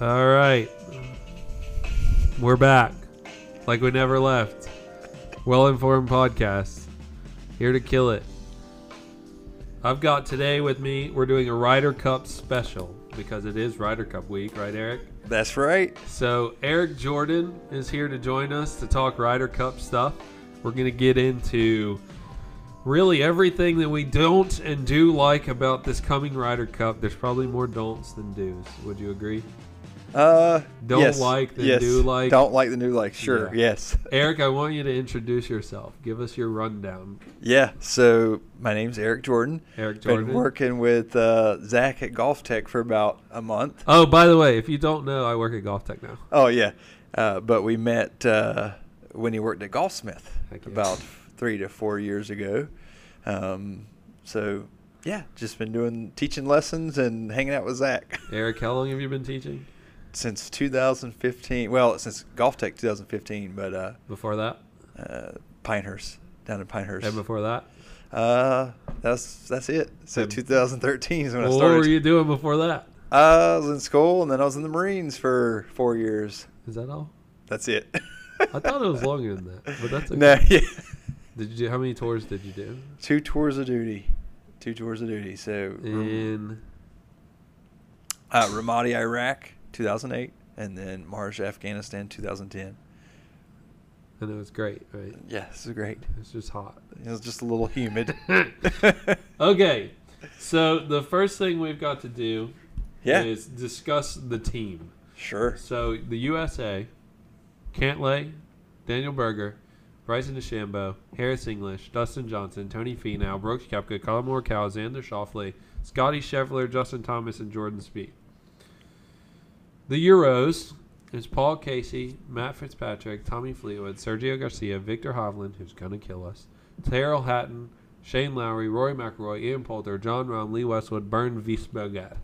All right. We're back. Like we never left. Well informed podcast. Here to kill it. I've got today with me, we're doing a Ryder Cup special because it is Ryder Cup week, right, Eric? That's right. So, Eric Jordan is here to join us to talk Ryder Cup stuff. We're going to get into really everything that we don't and do like about this coming Ryder Cup. There's probably more don'ts than do's. Would you agree? Uh, Don't yes, like the yes. new like. Don't like the new like. Sure. Yeah. Yes. Eric, I want you to introduce yourself. Give us your rundown. Yeah. So my name's Eric Jordan. Eric Been Jordan. working with uh, Zach at Golf Tech for about a month. Oh, by the way, if you don't know, I work at Golf Tech now. Oh yeah. Uh, but we met uh, when he worked at Golfsmith Heck yeah. about three to four years ago. Um, so yeah, just been doing teaching lessons and hanging out with Zach Eric, how long have you been teaching? since 2015. Well, since Golf Tech 2015, but uh, Before that? uh, Pinehurst down in Pinehurst. And before that? Uh, that's that's it. So And- 2013 is when I What started. were you doing before that? I was in school and then I was in the Marines for four years. Is that all? That's it. I thought it was longer than that, but that's okay. No, yeah. Did you do, how many tours did you do? Two tours of duty. Two tours of duty. So In uh, Ramadi, Iraq, 2008, and then Marj, Afghanistan, 2010. and it was great, right? Yeah, this is great. It's just hot. It was just a little humid. Okay. So the first thing we've got to do yeah, is discuss the team. sure. So the USA, Cantlay, Daniel Berger, Bryson DeChambeau, Harris English, Dustin Johnson, Tony Finau, Brooks Koepka, Colin Morikawa, Xander Schauffele, Scotty Scheffler, Justin Thomas, and Jordan Spieth. The Euros is Paul Casey, Matt Fitzpatrick, Tommy Fleetwood, Sergio Garcia, Victor Hovland, who's gonna kill us, Terrell Hatton, Shane Lowry, Rory McIlroy, Ian Poulter, John Rahm, Lee Westwood, Bern Wiesberger.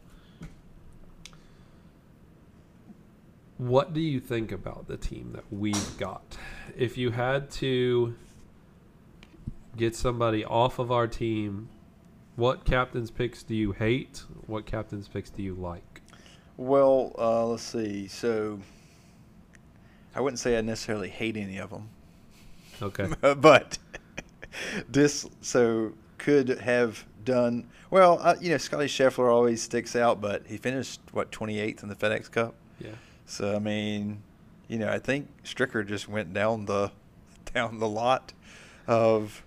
What do you think about the team that we've got? If you had to get somebody off of our team, what captain's picks do you hate? What captain's picks do you like? Well, uh, let's see. So I wouldn't say I necessarily hate any of them. Okay. but this so could have done well. Uh, you know, Scotty Scheffler always sticks out, but he finished what 28th in the FedEx Cup. Yeah. So I mean, you know, I think Stricker just went down the down the lot of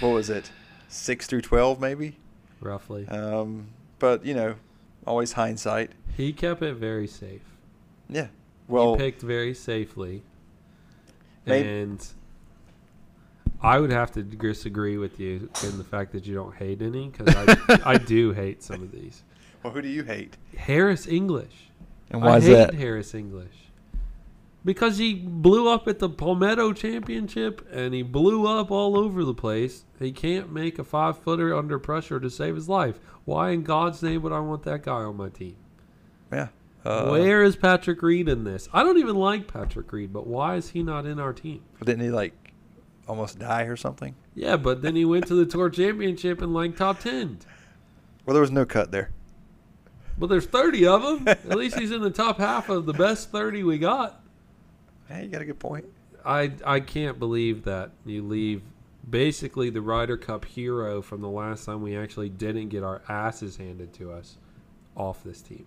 what was it six through 12 maybe. Roughly. Um, but you know, always hindsight. He kept it very safe. Yeah. Well, he picked very safely. Maybe- And I would have to disagree with you in the fact that you don't hate any because I, I do hate some of these. well, who do you hate? Harris English. And I hate Harris English because he blew up at the Palmetto Championship and he blew up all over the place. He can't make a five footer under pressure to save his life. Why in God's name would I want that guy on my team? Yeah. Uh, Where is Patrick Reed in this? I don't even like Patrick Reed, but why is he not in our team? Didn't he like almost die or something? Yeah, but then he went to the tour championship and like top ten. Well, there was no cut there. But there's thirty of them. At least he's in the top half of the best thirty we got. Yeah, you got a good point. I I can't believe that you leave basically the Ryder Cup hero from the last time we actually didn't get our asses handed to us off this team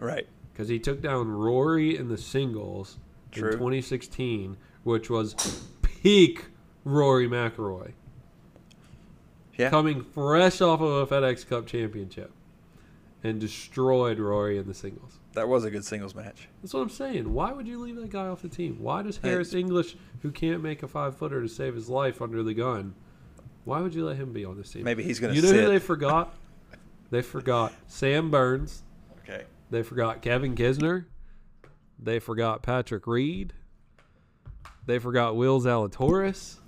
Right. because he took down Rory in the singles True. in 2016, which was peak Rory McIlroy Yeah. coming fresh off of a FedEx Cup championship and destroyed Rory in the singles. That was a good singles match. That's what I'm saying. Why would you leave that guy off the team? Why does Harris English, who can't make a five footer to save his life under the gun, why would you let him be on this team? Maybe he's going to you know sit. who they forgot? they forgot Sam Burns. okay. They forgot Kevin Kisner. They forgot Patrick Reed. They forgot Will Zalatoris.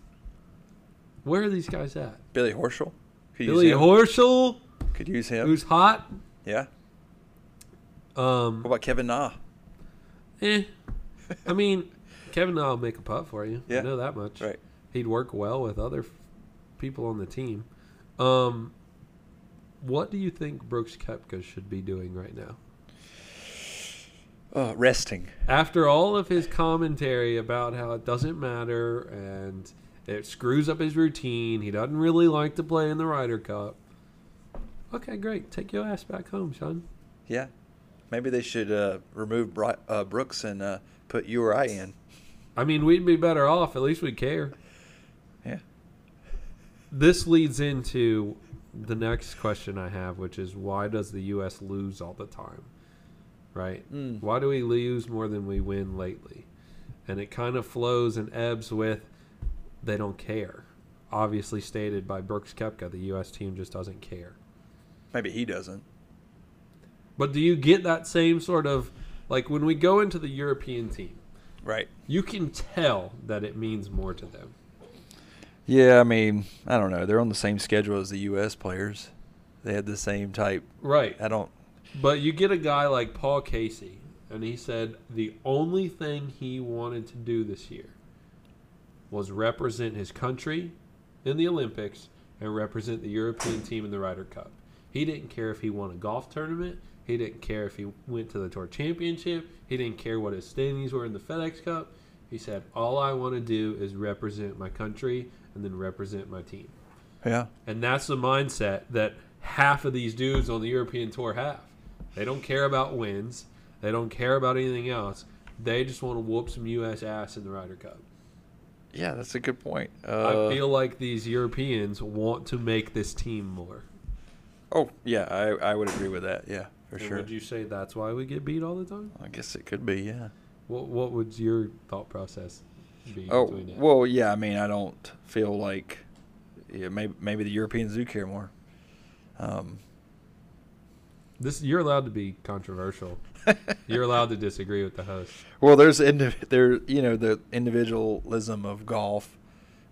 Where are these guys at? Billy Horschel. Could Billy use him. Horschel, Could use him. who's hot. yeah. Um, What about Kevin Na? Eh. I mean, Kevin Na will make a putt for you. Yeah. I know that much. Right. He'd work well with other f- people on the team. Um, what do you think Brooks Koepka should be doing right now? Uh, resting. after all of his commentary about how it doesn't matter and it screws up his routine, he doesn't really like to play in the Ryder Cup. Okay, great. Take your ass back home, son. Yeah. Maybe they should uh, remove Bri- uh, Brooks and uh, put you or I in. I mean, we'd be better off. At least we care. Yeah. This leads into the next question I have, which is why does the U.S. lose all the time? Right? Mm. Why do we lose more than we win lately? And it kind of flows and ebbs with they don't care. Obviously stated by Brooks Kepka, the U.S. team just doesn't care. Maybe he doesn't. But do you get that same sort of like when we go into the European team, Right. you can tell that it means more to them. Yeah, I mean, I don't know. They're on the same schedule as the U.S. players. They had the same type. Right. I don't. But you get a guy like Paul Casey, and he said the only thing he wanted to do this year was represent his country in the Olympics and represent the European team in the Ryder Cup. He didn't care if he won a golf tournament. He didn't care if he went to the Tour Championship. He didn't care what his standings were in the FedEx Cup. He said, All I want to do is represent my country and then represent my team. Yeah. And that's the mindset that half of these dudes on the European tour have. They don't care about wins. They don't care about anything else. They just want to whoop some U.S. ass in the Ryder Cup. Yeah, that's a good point. Uh, I feel like these Europeans want to make this team more. oh, yeah, I, I would agree with that. Yeah, for And sure. Would you say that's why we get beat all the time? I guess it could be, yeah. What What would your thought process be? Oh, between that? well, yeah, I mean, I don't feel like. Yeah, maybe, maybe the Europeans do care more. Um, this you're allowed to be controversial. you're allowed to disagree with the host. Well, there's indiv- there you know the individualism of golf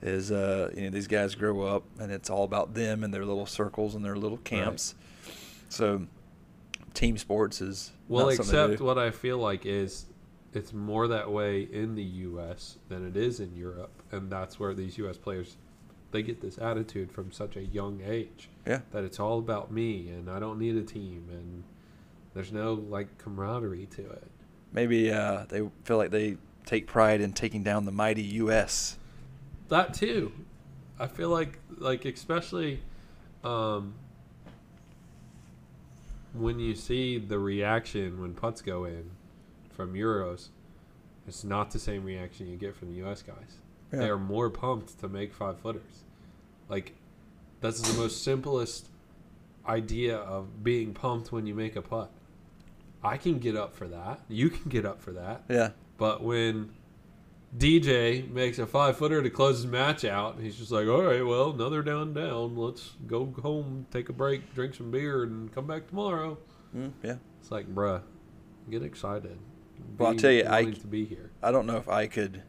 is uh you know these guys grow up and it's all about them and their little circles and their little camps. So team sports is Well, not something to except do. what I feel like is it's more that way in the U.S. than it is in Europe, and that's where these U.S. players they get this attitude from such a young age yeah that it's all about me and I don't need a team and there's no like camaraderie to it. maybe uh they feel like they take pride in taking down the mighty U.S. That too, I feel like like especially um, when you see the reaction when putts go in from Euros, it's not the same reaction you get from the U.S. guys. They are more pumped to make five footers. Like that's the most simplest idea of being pumped when you make a putt. I can get up for that. You can get up for that. Yeah, But when DJ makes a five footer to close his match out, he's just like, all right, well, another down, down. Let's go home, take a break, drink some beer, and come back tomorrow. Mm, yeah. It's like, bruh, get excited. Well, I'll Be tell you, I- wanting to be here. I don't know if I could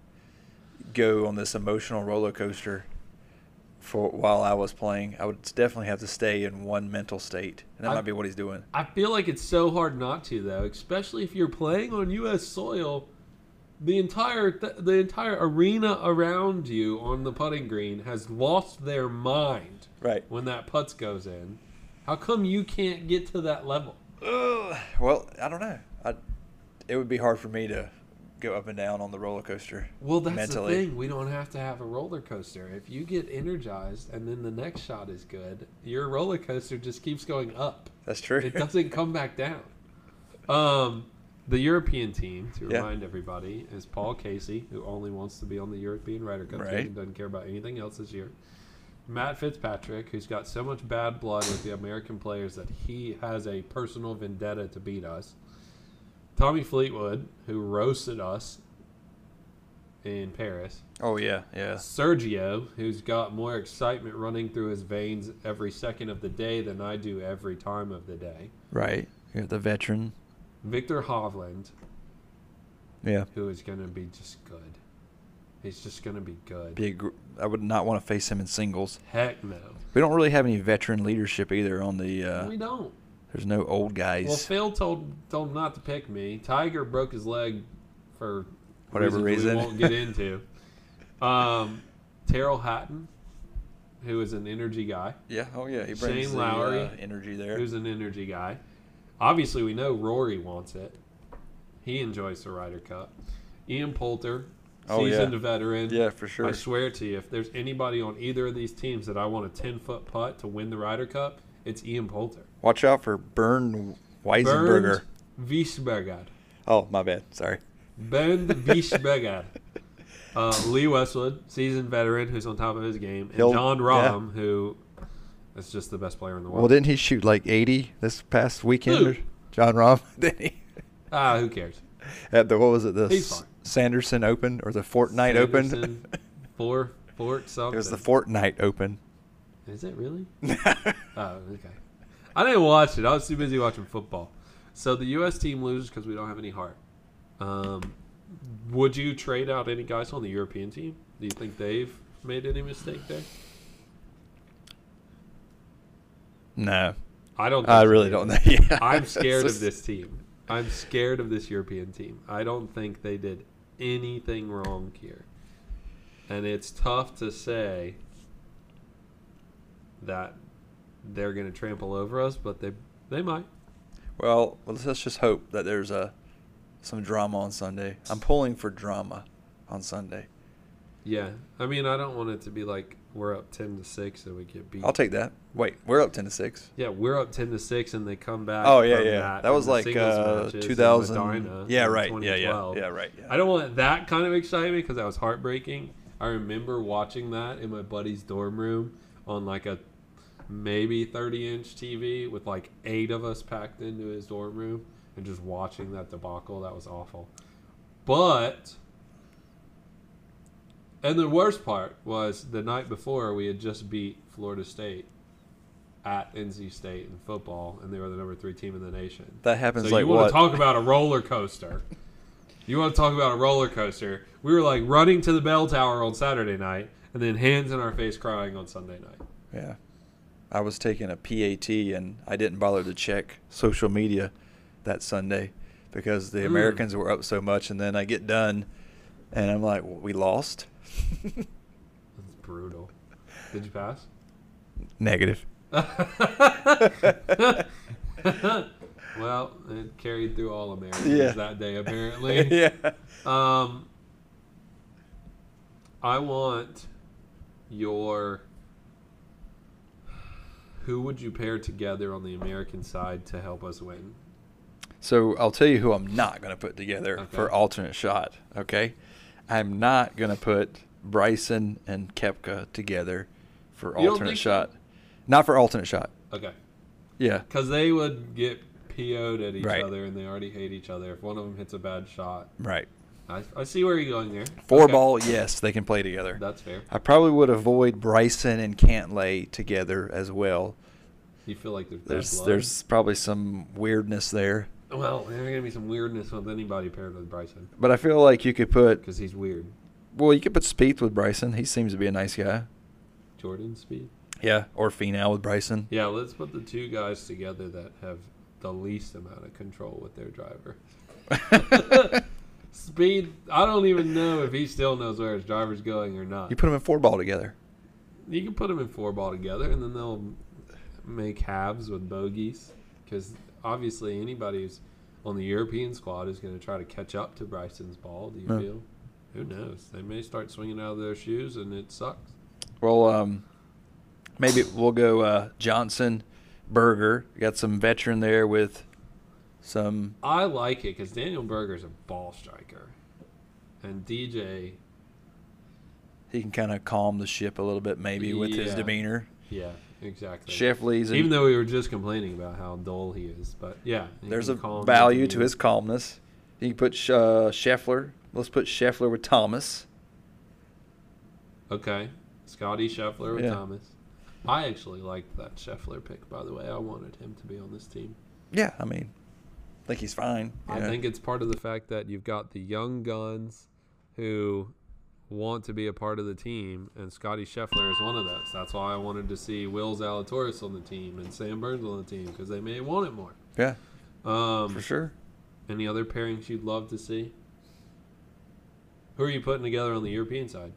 go on this emotional roller coaster for while I was playing. I would definitely have to stay in one mental state, and that I- might be what he's doing. I feel like it's so hard not to though, especially if you're playing on U.S. soil. The entire th- the entire arena around you on the putting green has lost their mind Right. when that putts goes in. How come you can't get to that level? Ugh. Well, I don't know. I, it would be hard for me to go up and down on the roller coaster. Well, that's mentally. the thing. We don't have to have a roller coaster. If you get energized and then the next shot is good, your roller coaster just keeps going up. That's true. It doesn't come back down. Um, the European team, to Yeah. remind everybody, is Paul Casey, who only wants to be on the European Ryder Cup team Right. and doesn't care about anything else this year. Matt Fitzpatrick, who's got so much bad blood with the American players that he has a personal vendetta to beat us. Tommy Fleetwood, who roasted us in Paris. oh yeah, yeah. Sergio, who's got more excitement running through his veins every second of the day than I do every time of the day. Right. You're the veteran. Victor Hovland, Yeah. who is going to be just good. He's just going to be good. Be a gr- I would not want to face him in singles. Heck no. We don't really have any veteran leadership either on the. Uh, we don't. there's no old guys. Well, Phil told told him not to pick me. Tiger broke his leg for Whatever reasons reason. we won't get into. um, Terrell Hatton, who is an energy guy, yeah. Oh yeah. He brings Shane the, Lowry, uh, energy there. who's an energy guy. Obviously, we know Rory wants it. He enjoys the Ryder Cup. Ian Poulter, Oh, yeah. seasoned veteran. Yeah, for sure. I swear to you, if there's anybody on either of these teams that I want a 10 foot putt to win the Ryder Cup, it's Ian Poulter. Watch out for Bern Bernd Weisenberger. Wiesberger. Oh, my bad. Sorry. Bernd Wiesberger. Uh, Lee Westwood, seasoned veteran who's on top of his game. And He'll- John yeah. Rahm, who is just the best player in the Well, world. didn't he shoot like 80 this past weekend? Who? John Rahm, didn't he? ah, who cares? At the, what was it, the He's S- fine. Sanderson Open or the Fortnite Open? Sanderson, Four, Fort It something. was the Fortnite Open. Is it really? Oh, okay. I didn't watch it. I was too busy watching football. So the U.S. team loses because we don't have any heart. Um, would you trade out any guys on the European team? Do you think they've made any mistake there? no, I don't. Think I so really either. don't know. Yeah. I'm scared It's of just- this team. I'm scared of this European team. I don't think they did anything wrong here. And it's tough to say that they're going to trample over us, but they they might. Well, let's let's just hope that there's a some drama on Sunday. I'm pulling for drama on Sunday. Yeah. I mean, I don't want it to be like we're up 10 to 6 and we get beat. I'll take that. Wait, we're up 10 to 6. yeah, we're up 10 to 6 and they come back. Oh yeah, from yeah. That, and was the like singles uh, matches in 2000. Medina Yeah, in right. Yeah, yeah, 2012. yeah, right. Yeah. I don't want that kind of excitement because that was heartbreaking. I remember watching that in my buddy's dorm room on like a maybe 30 inch TV with like eight of us packed into his dorm room and just watching that debacle. That was awful. But, and the worst part was the night before we had just beat Florida State at NC State in football, and they were the number three team in the nation. That happens So like you want what? to talk about a roller coaster? You want to talk about a roller coaster? We were like running to the bell tower on Saturday night, and then hands in our face crying on Sunday night. yeah. I was taking a PAT and I didn't bother to check social media that Sunday because the Mm. Americans were up so much and then I get done and I'm like, well, we lost. It's brutal. Did you pass? Negative. well, it carried through all Americans Yeah. that day apparently. yeah. Um, I want your. Who would you pair together on the American side to help us win? So I'll tell you who I'm not going to put together Okay. for alternate shot. Okay, I'm not going to put Bryson and Kepka together for You don't alternate think so? shot. Not for alternate shot. Okay. Yeah, Because they would get PO'd at each Right. other, and they already hate each other. If one of them hits a bad shot, right. I, I see where you're going there. Four Okay. ball. Yes, they can play together. That's fair. I probably would avoid Bryson and Cantlay together as well. You feel like there's bad There's blood. there's probably some weirdness there, well, there's gonna be some weirdness with anybody paired with Bryson but I feel like you could put because he's weird. well, you could put Spieth with Bryson. He seems to be a nice guy. Jordan Speed. Yeah, or Finau with Bryson. Yeah, let's put the two guys together that have the least amount of control with their driver. Speed. I don't even know if he still knows where his driver's going or not. You put them in four ball together. You can put them in four ball together, and then they'll make halves with bogeys. Because obviously, anybody who's on the European squad is going to try to catch up to Bryson's ball. Do you Yeah. feel? Who knows? They may start swinging out of their shoes, and it sucks. Well, um, maybe we'll go uh, Johnson Burger. Got some veteran there with some. I like it because Daniel Berger's a ball striker, and DJ, He can kind of calm the ship a little bit, maybe with his Yeah. demeanor. yeah, exactly. Shefley's Even and though we were just complaining about how dull he is, but yeah, he there's a can calm value the to his calmness. You can put Sh- uh, Scheffler. Let's put Scheffler with Thomas. Okay. Scotty Scheffler with Yeah. Thomas. I actually liked that Scheffler pick, by the way. I wanted him to be on this team. Yeah, I mean, I think he's fine. you I know. think it's part of the fact that you've got the young guns who want to be a part of the team, and Scotty Scheffler is one of those. That's why I wanted to see Will Zalatoris on the team and Sam Burns on the team because they may want it more. Yeah, Um, for sure. any other pairings you'd love to see? Who are you putting together on the European side?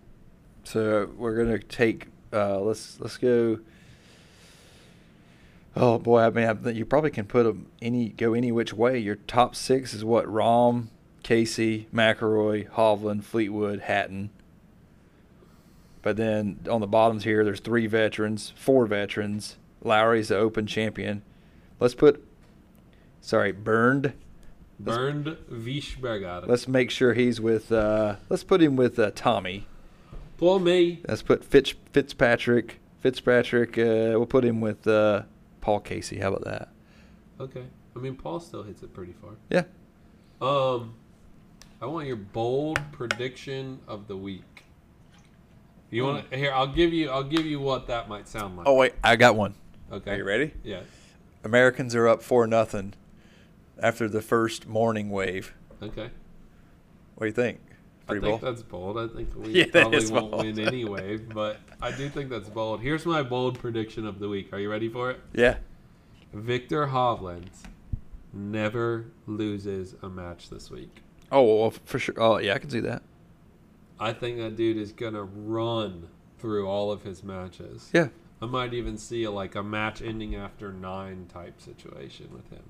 So we're gonna take. Uh, let's let's go. Oh boy, I mean, I, think you probably can put them any go any which way. Your top six is what: Rom, Casey, McElroy, Hovland, Fleetwood, Hatton. But then on the bottoms here, there's three veterans, four veterans. Lowry's the Open champion. Let's put, sorry, Burned. Bernd Wiesberger. Let's make sure he's with. Uh, let's put him with uh, Tommy. Pull me. Let's put Fitz Fitzpatrick. Fitzpatrick. Uh, we'll put him with uh, Paul Casey. How about that? Okay. I mean, Paul still hits it pretty far. Yeah. Um, I want your bold prediction of the week. You want to here? I'll give you. I'll give you what that might sound like. Oh wait, I got one. okay. Are you ready? Yes. Americans are up four nothing after the first morning wave. Okay. What do you think? I Pretty think bold. that's bold. I think we Yeah, that probably is won't bold. win anyway, but I do think that's bold. Here's my bold prediction of the week. Are you ready for it? Yeah. Victor Hovland never loses a match this week. Oh well, for sure. Oh yeah, I can see that. I think that dude is gonna run through all of his matches. Yeah. I might even see like a match ending after nine type situation with him.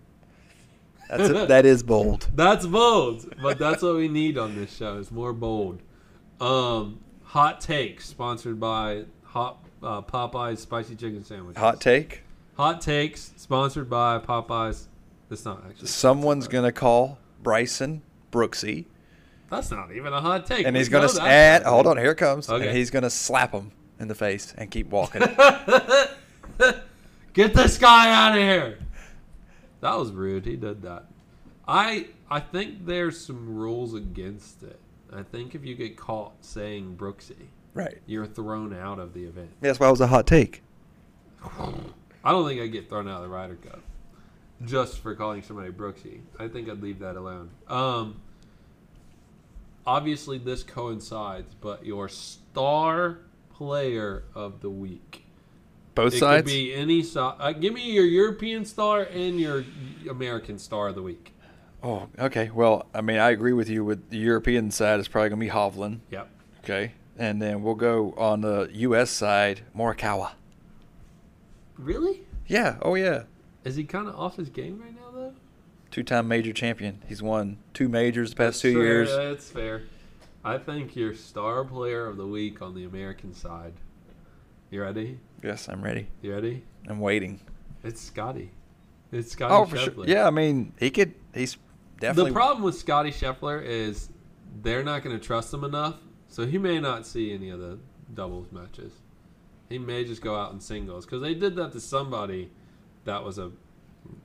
That's that is bold. That's bold, but that's what we need on this show is more bold. Um, hot take sponsored by Hot uh, Popeye's spicy chicken sandwich. Hot take. Hot takes sponsored by Popeye's. That's not actually. Someone's gonna call Bryson Brooksy, That's not even a hot take. and We he's gonna know s- that. add. Hold on, here it comes. Okay. And he's gonna slap him in the face and keep walking. Get this guy out of here. That was rude. He did that. I I think there's some rules against it. I think if you get caught saying Brooksy, right. you're thrown out of the event. Yeah, that's why it was a hot take. I don't think I'd get thrown out of the Ryder Cup just for calling somebody Brooksy. I think I'd leave that alone. Um, obviously, this coincides, but your star player of the week. Both it sides. could be any side. Uh, give me your European star and your American star of the week. oh, okay. Well, I mean, I agree with you. With the European side, it's probably gonna be Hovland. Yep. Okay, and then we'll go on the U.S. side, Morikawa. Really? Yeah. Oh yeah. Is he kind of off his game right now, though? Two-time major champion. He's won two majors the past two Sure, years. That's fair. I think your star player of the week on the American side. You ready? Yes, I'm ready. You ready? I'm waiting. It's Scotty. It's Scotty Oh, for Scheffler. sure. Yeah, I mean, he could. He's definitely. The problem with Scotty Scheffler is they're not going to trust him enough, so he may not see any of the doubles matches. He may just go out in singles because they did that to somebody that was a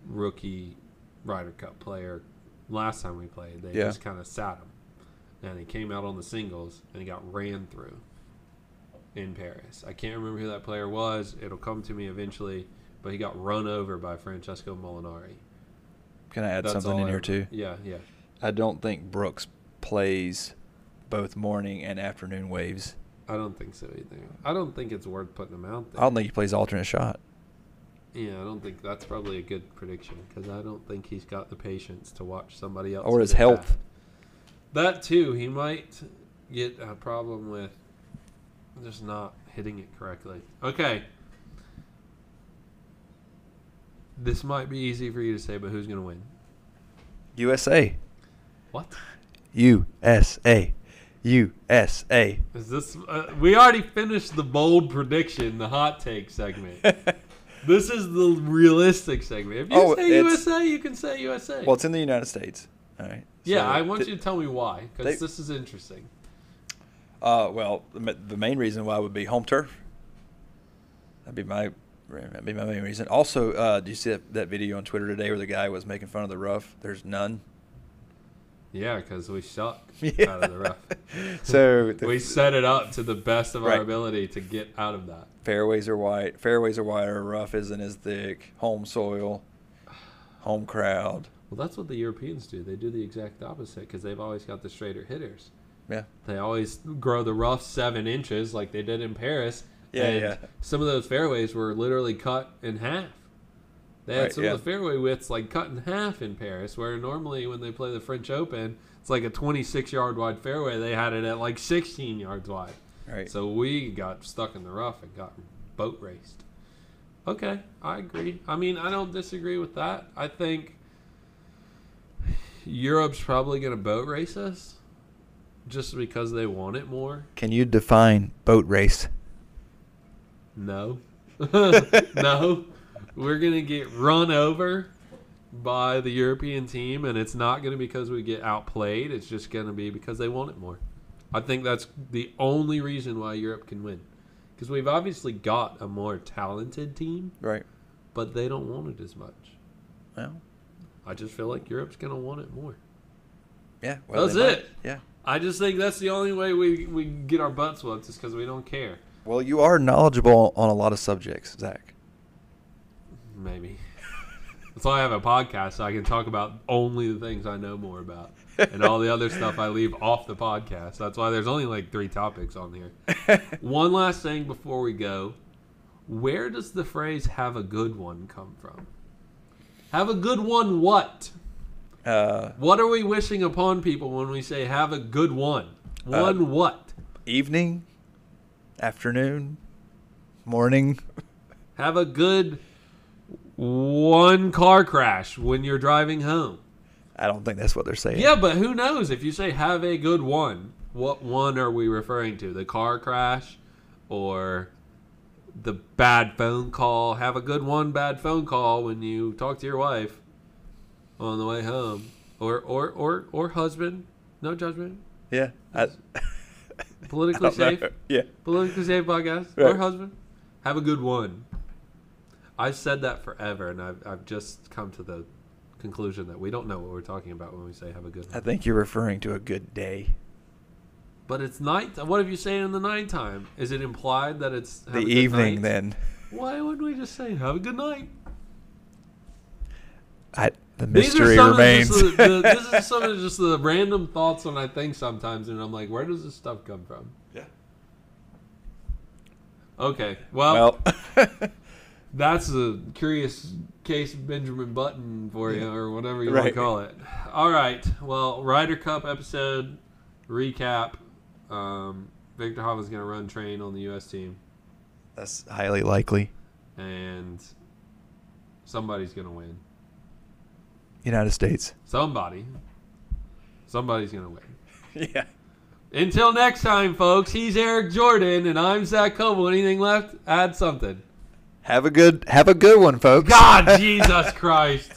rookie Ryder Cup player last time we played. They Yeah. just kind of sat him, and he came out on the singles and he got ran through in Paris. I can't remember who that player was. It'll come to me eventually, but he got run over by Francesco Molinari. Can I add That's something all in I here remember. too? Yeah, yeah. I don't think Brooks plays both morning and afternoon waves. I don't think so either. I don't think it's worth putting them out I there. don't think he plays alternate shot. yeah, I don't think that's probably a good prediction because I don't think he's got the patience to watch somebody else. Or his do health. That. That too, he might get a problem with just not hitting it correctly. Okay. This might be easy for you to say, but who's going to win? USA, What USA, USA. is this? Uh, we already finished the bold prediction, the hot take segment. This is the realistic segment. If you Oh, say it's- USA, you can say USA. Well, it's in the United States. All right. yeah, So I want th- you to tell me why, because they- this is interesting. Uh, well, the ma- the main reason why would be home turf. That'd be my that'd be my main reason. Also, uh, do you see that, that video on Twitter today where the guy was making fun of the rough? There's none. Yeah, because we suck Yeah. out of the rough. So the We set it up to the best of Right. our ability to get out of that. fairways are wide. Fairways are wider. Rough isn't as thick. Home soil. Home crowd. Well, that's what the Europeans do. They do the exact opposite because they've always got the straighter hitters. Yeah. They always grow the rough seven inches like they did in Paris. Yeah, and yeah. Some of those fairways were literally cut in half. They had Right, some yeah. of the fairway widths like cut in half in Paris, where normally when they play the French Open, it's like a 26 yard wide fairway. They had it at like 16 yards wide. Right. So we got stuck in the rough and got boat raced. Okay, I agree. I mean, I don't disagree with that. I think Europe's probably going to boat race us just because they want it more. Can you define boat race? No. no. We're going to get run over by the European team, and it's not going to be because we get outplayed. It's just going to be because they want it more. I think that's the only reason why Europe can win. Because we've obviously got a more talented team, Right. but they don't want it as much. Well, I just feel like Europe's going to want it more. yeah. Well, That's they might. it. Yeah. I just think that's the only way we, we get our butts whooped is because we don't care. Well, you are knowledgeable on a lot of subjects, Zach. Maybe. That's why I have a podcast so I can talk about only the things I know more about. And all the other stuff I leave off the podcast. That's why there's only like three topics on here. one last thing before we go. Where does the phrase have a good one come from? Have a good one what? Uh, What are we wishing upon people when we say have a good one? One what? evening, afternoon, morning. Have a good one car crash when you're driving home. I don't think that's what they're saying. Yeah, but who knows? If you say have a good one, what one are we referring to? The car crash or the bad phone call? Have a good one bad phone call when you talk to your wife on the way home. Or or or, or husband. No judgment. Yeah. I, I Politically don't know. safe. Yeah. Politically safe podcast. Or Right. husband. Have a good one. I've said that forever and I've I've just come to the conclusion that we don't know what we're talking about when we say have a good one. I think you're referring to a good day. But it's night. What if you say it in the nighttime? Is it implied that it's have the a good evening night? then. Why wouldn't we just say have a good night? I, the These are mystery some of remains. just the- the- this is some of just the random thoughts when I think sometimes, and I'm like, where does this stuff come from? Yeah. Okay. Well, well, that's a curious case of Benjamin Button for you, or whatever you want to Right. call it. All right. Well, Ryder Cup episode recap. Um, Victor Hovland's going to run train on the U.S. team. that's highly likely. and somebody's gonna win. United States. Somebody, somebody's gonna win. Yeah. Until next time, folks. He's Eric Jordan, and I'm Zach Coble. Anything left? Add something. Have a good have a good one, folks. God, Jesus Christ.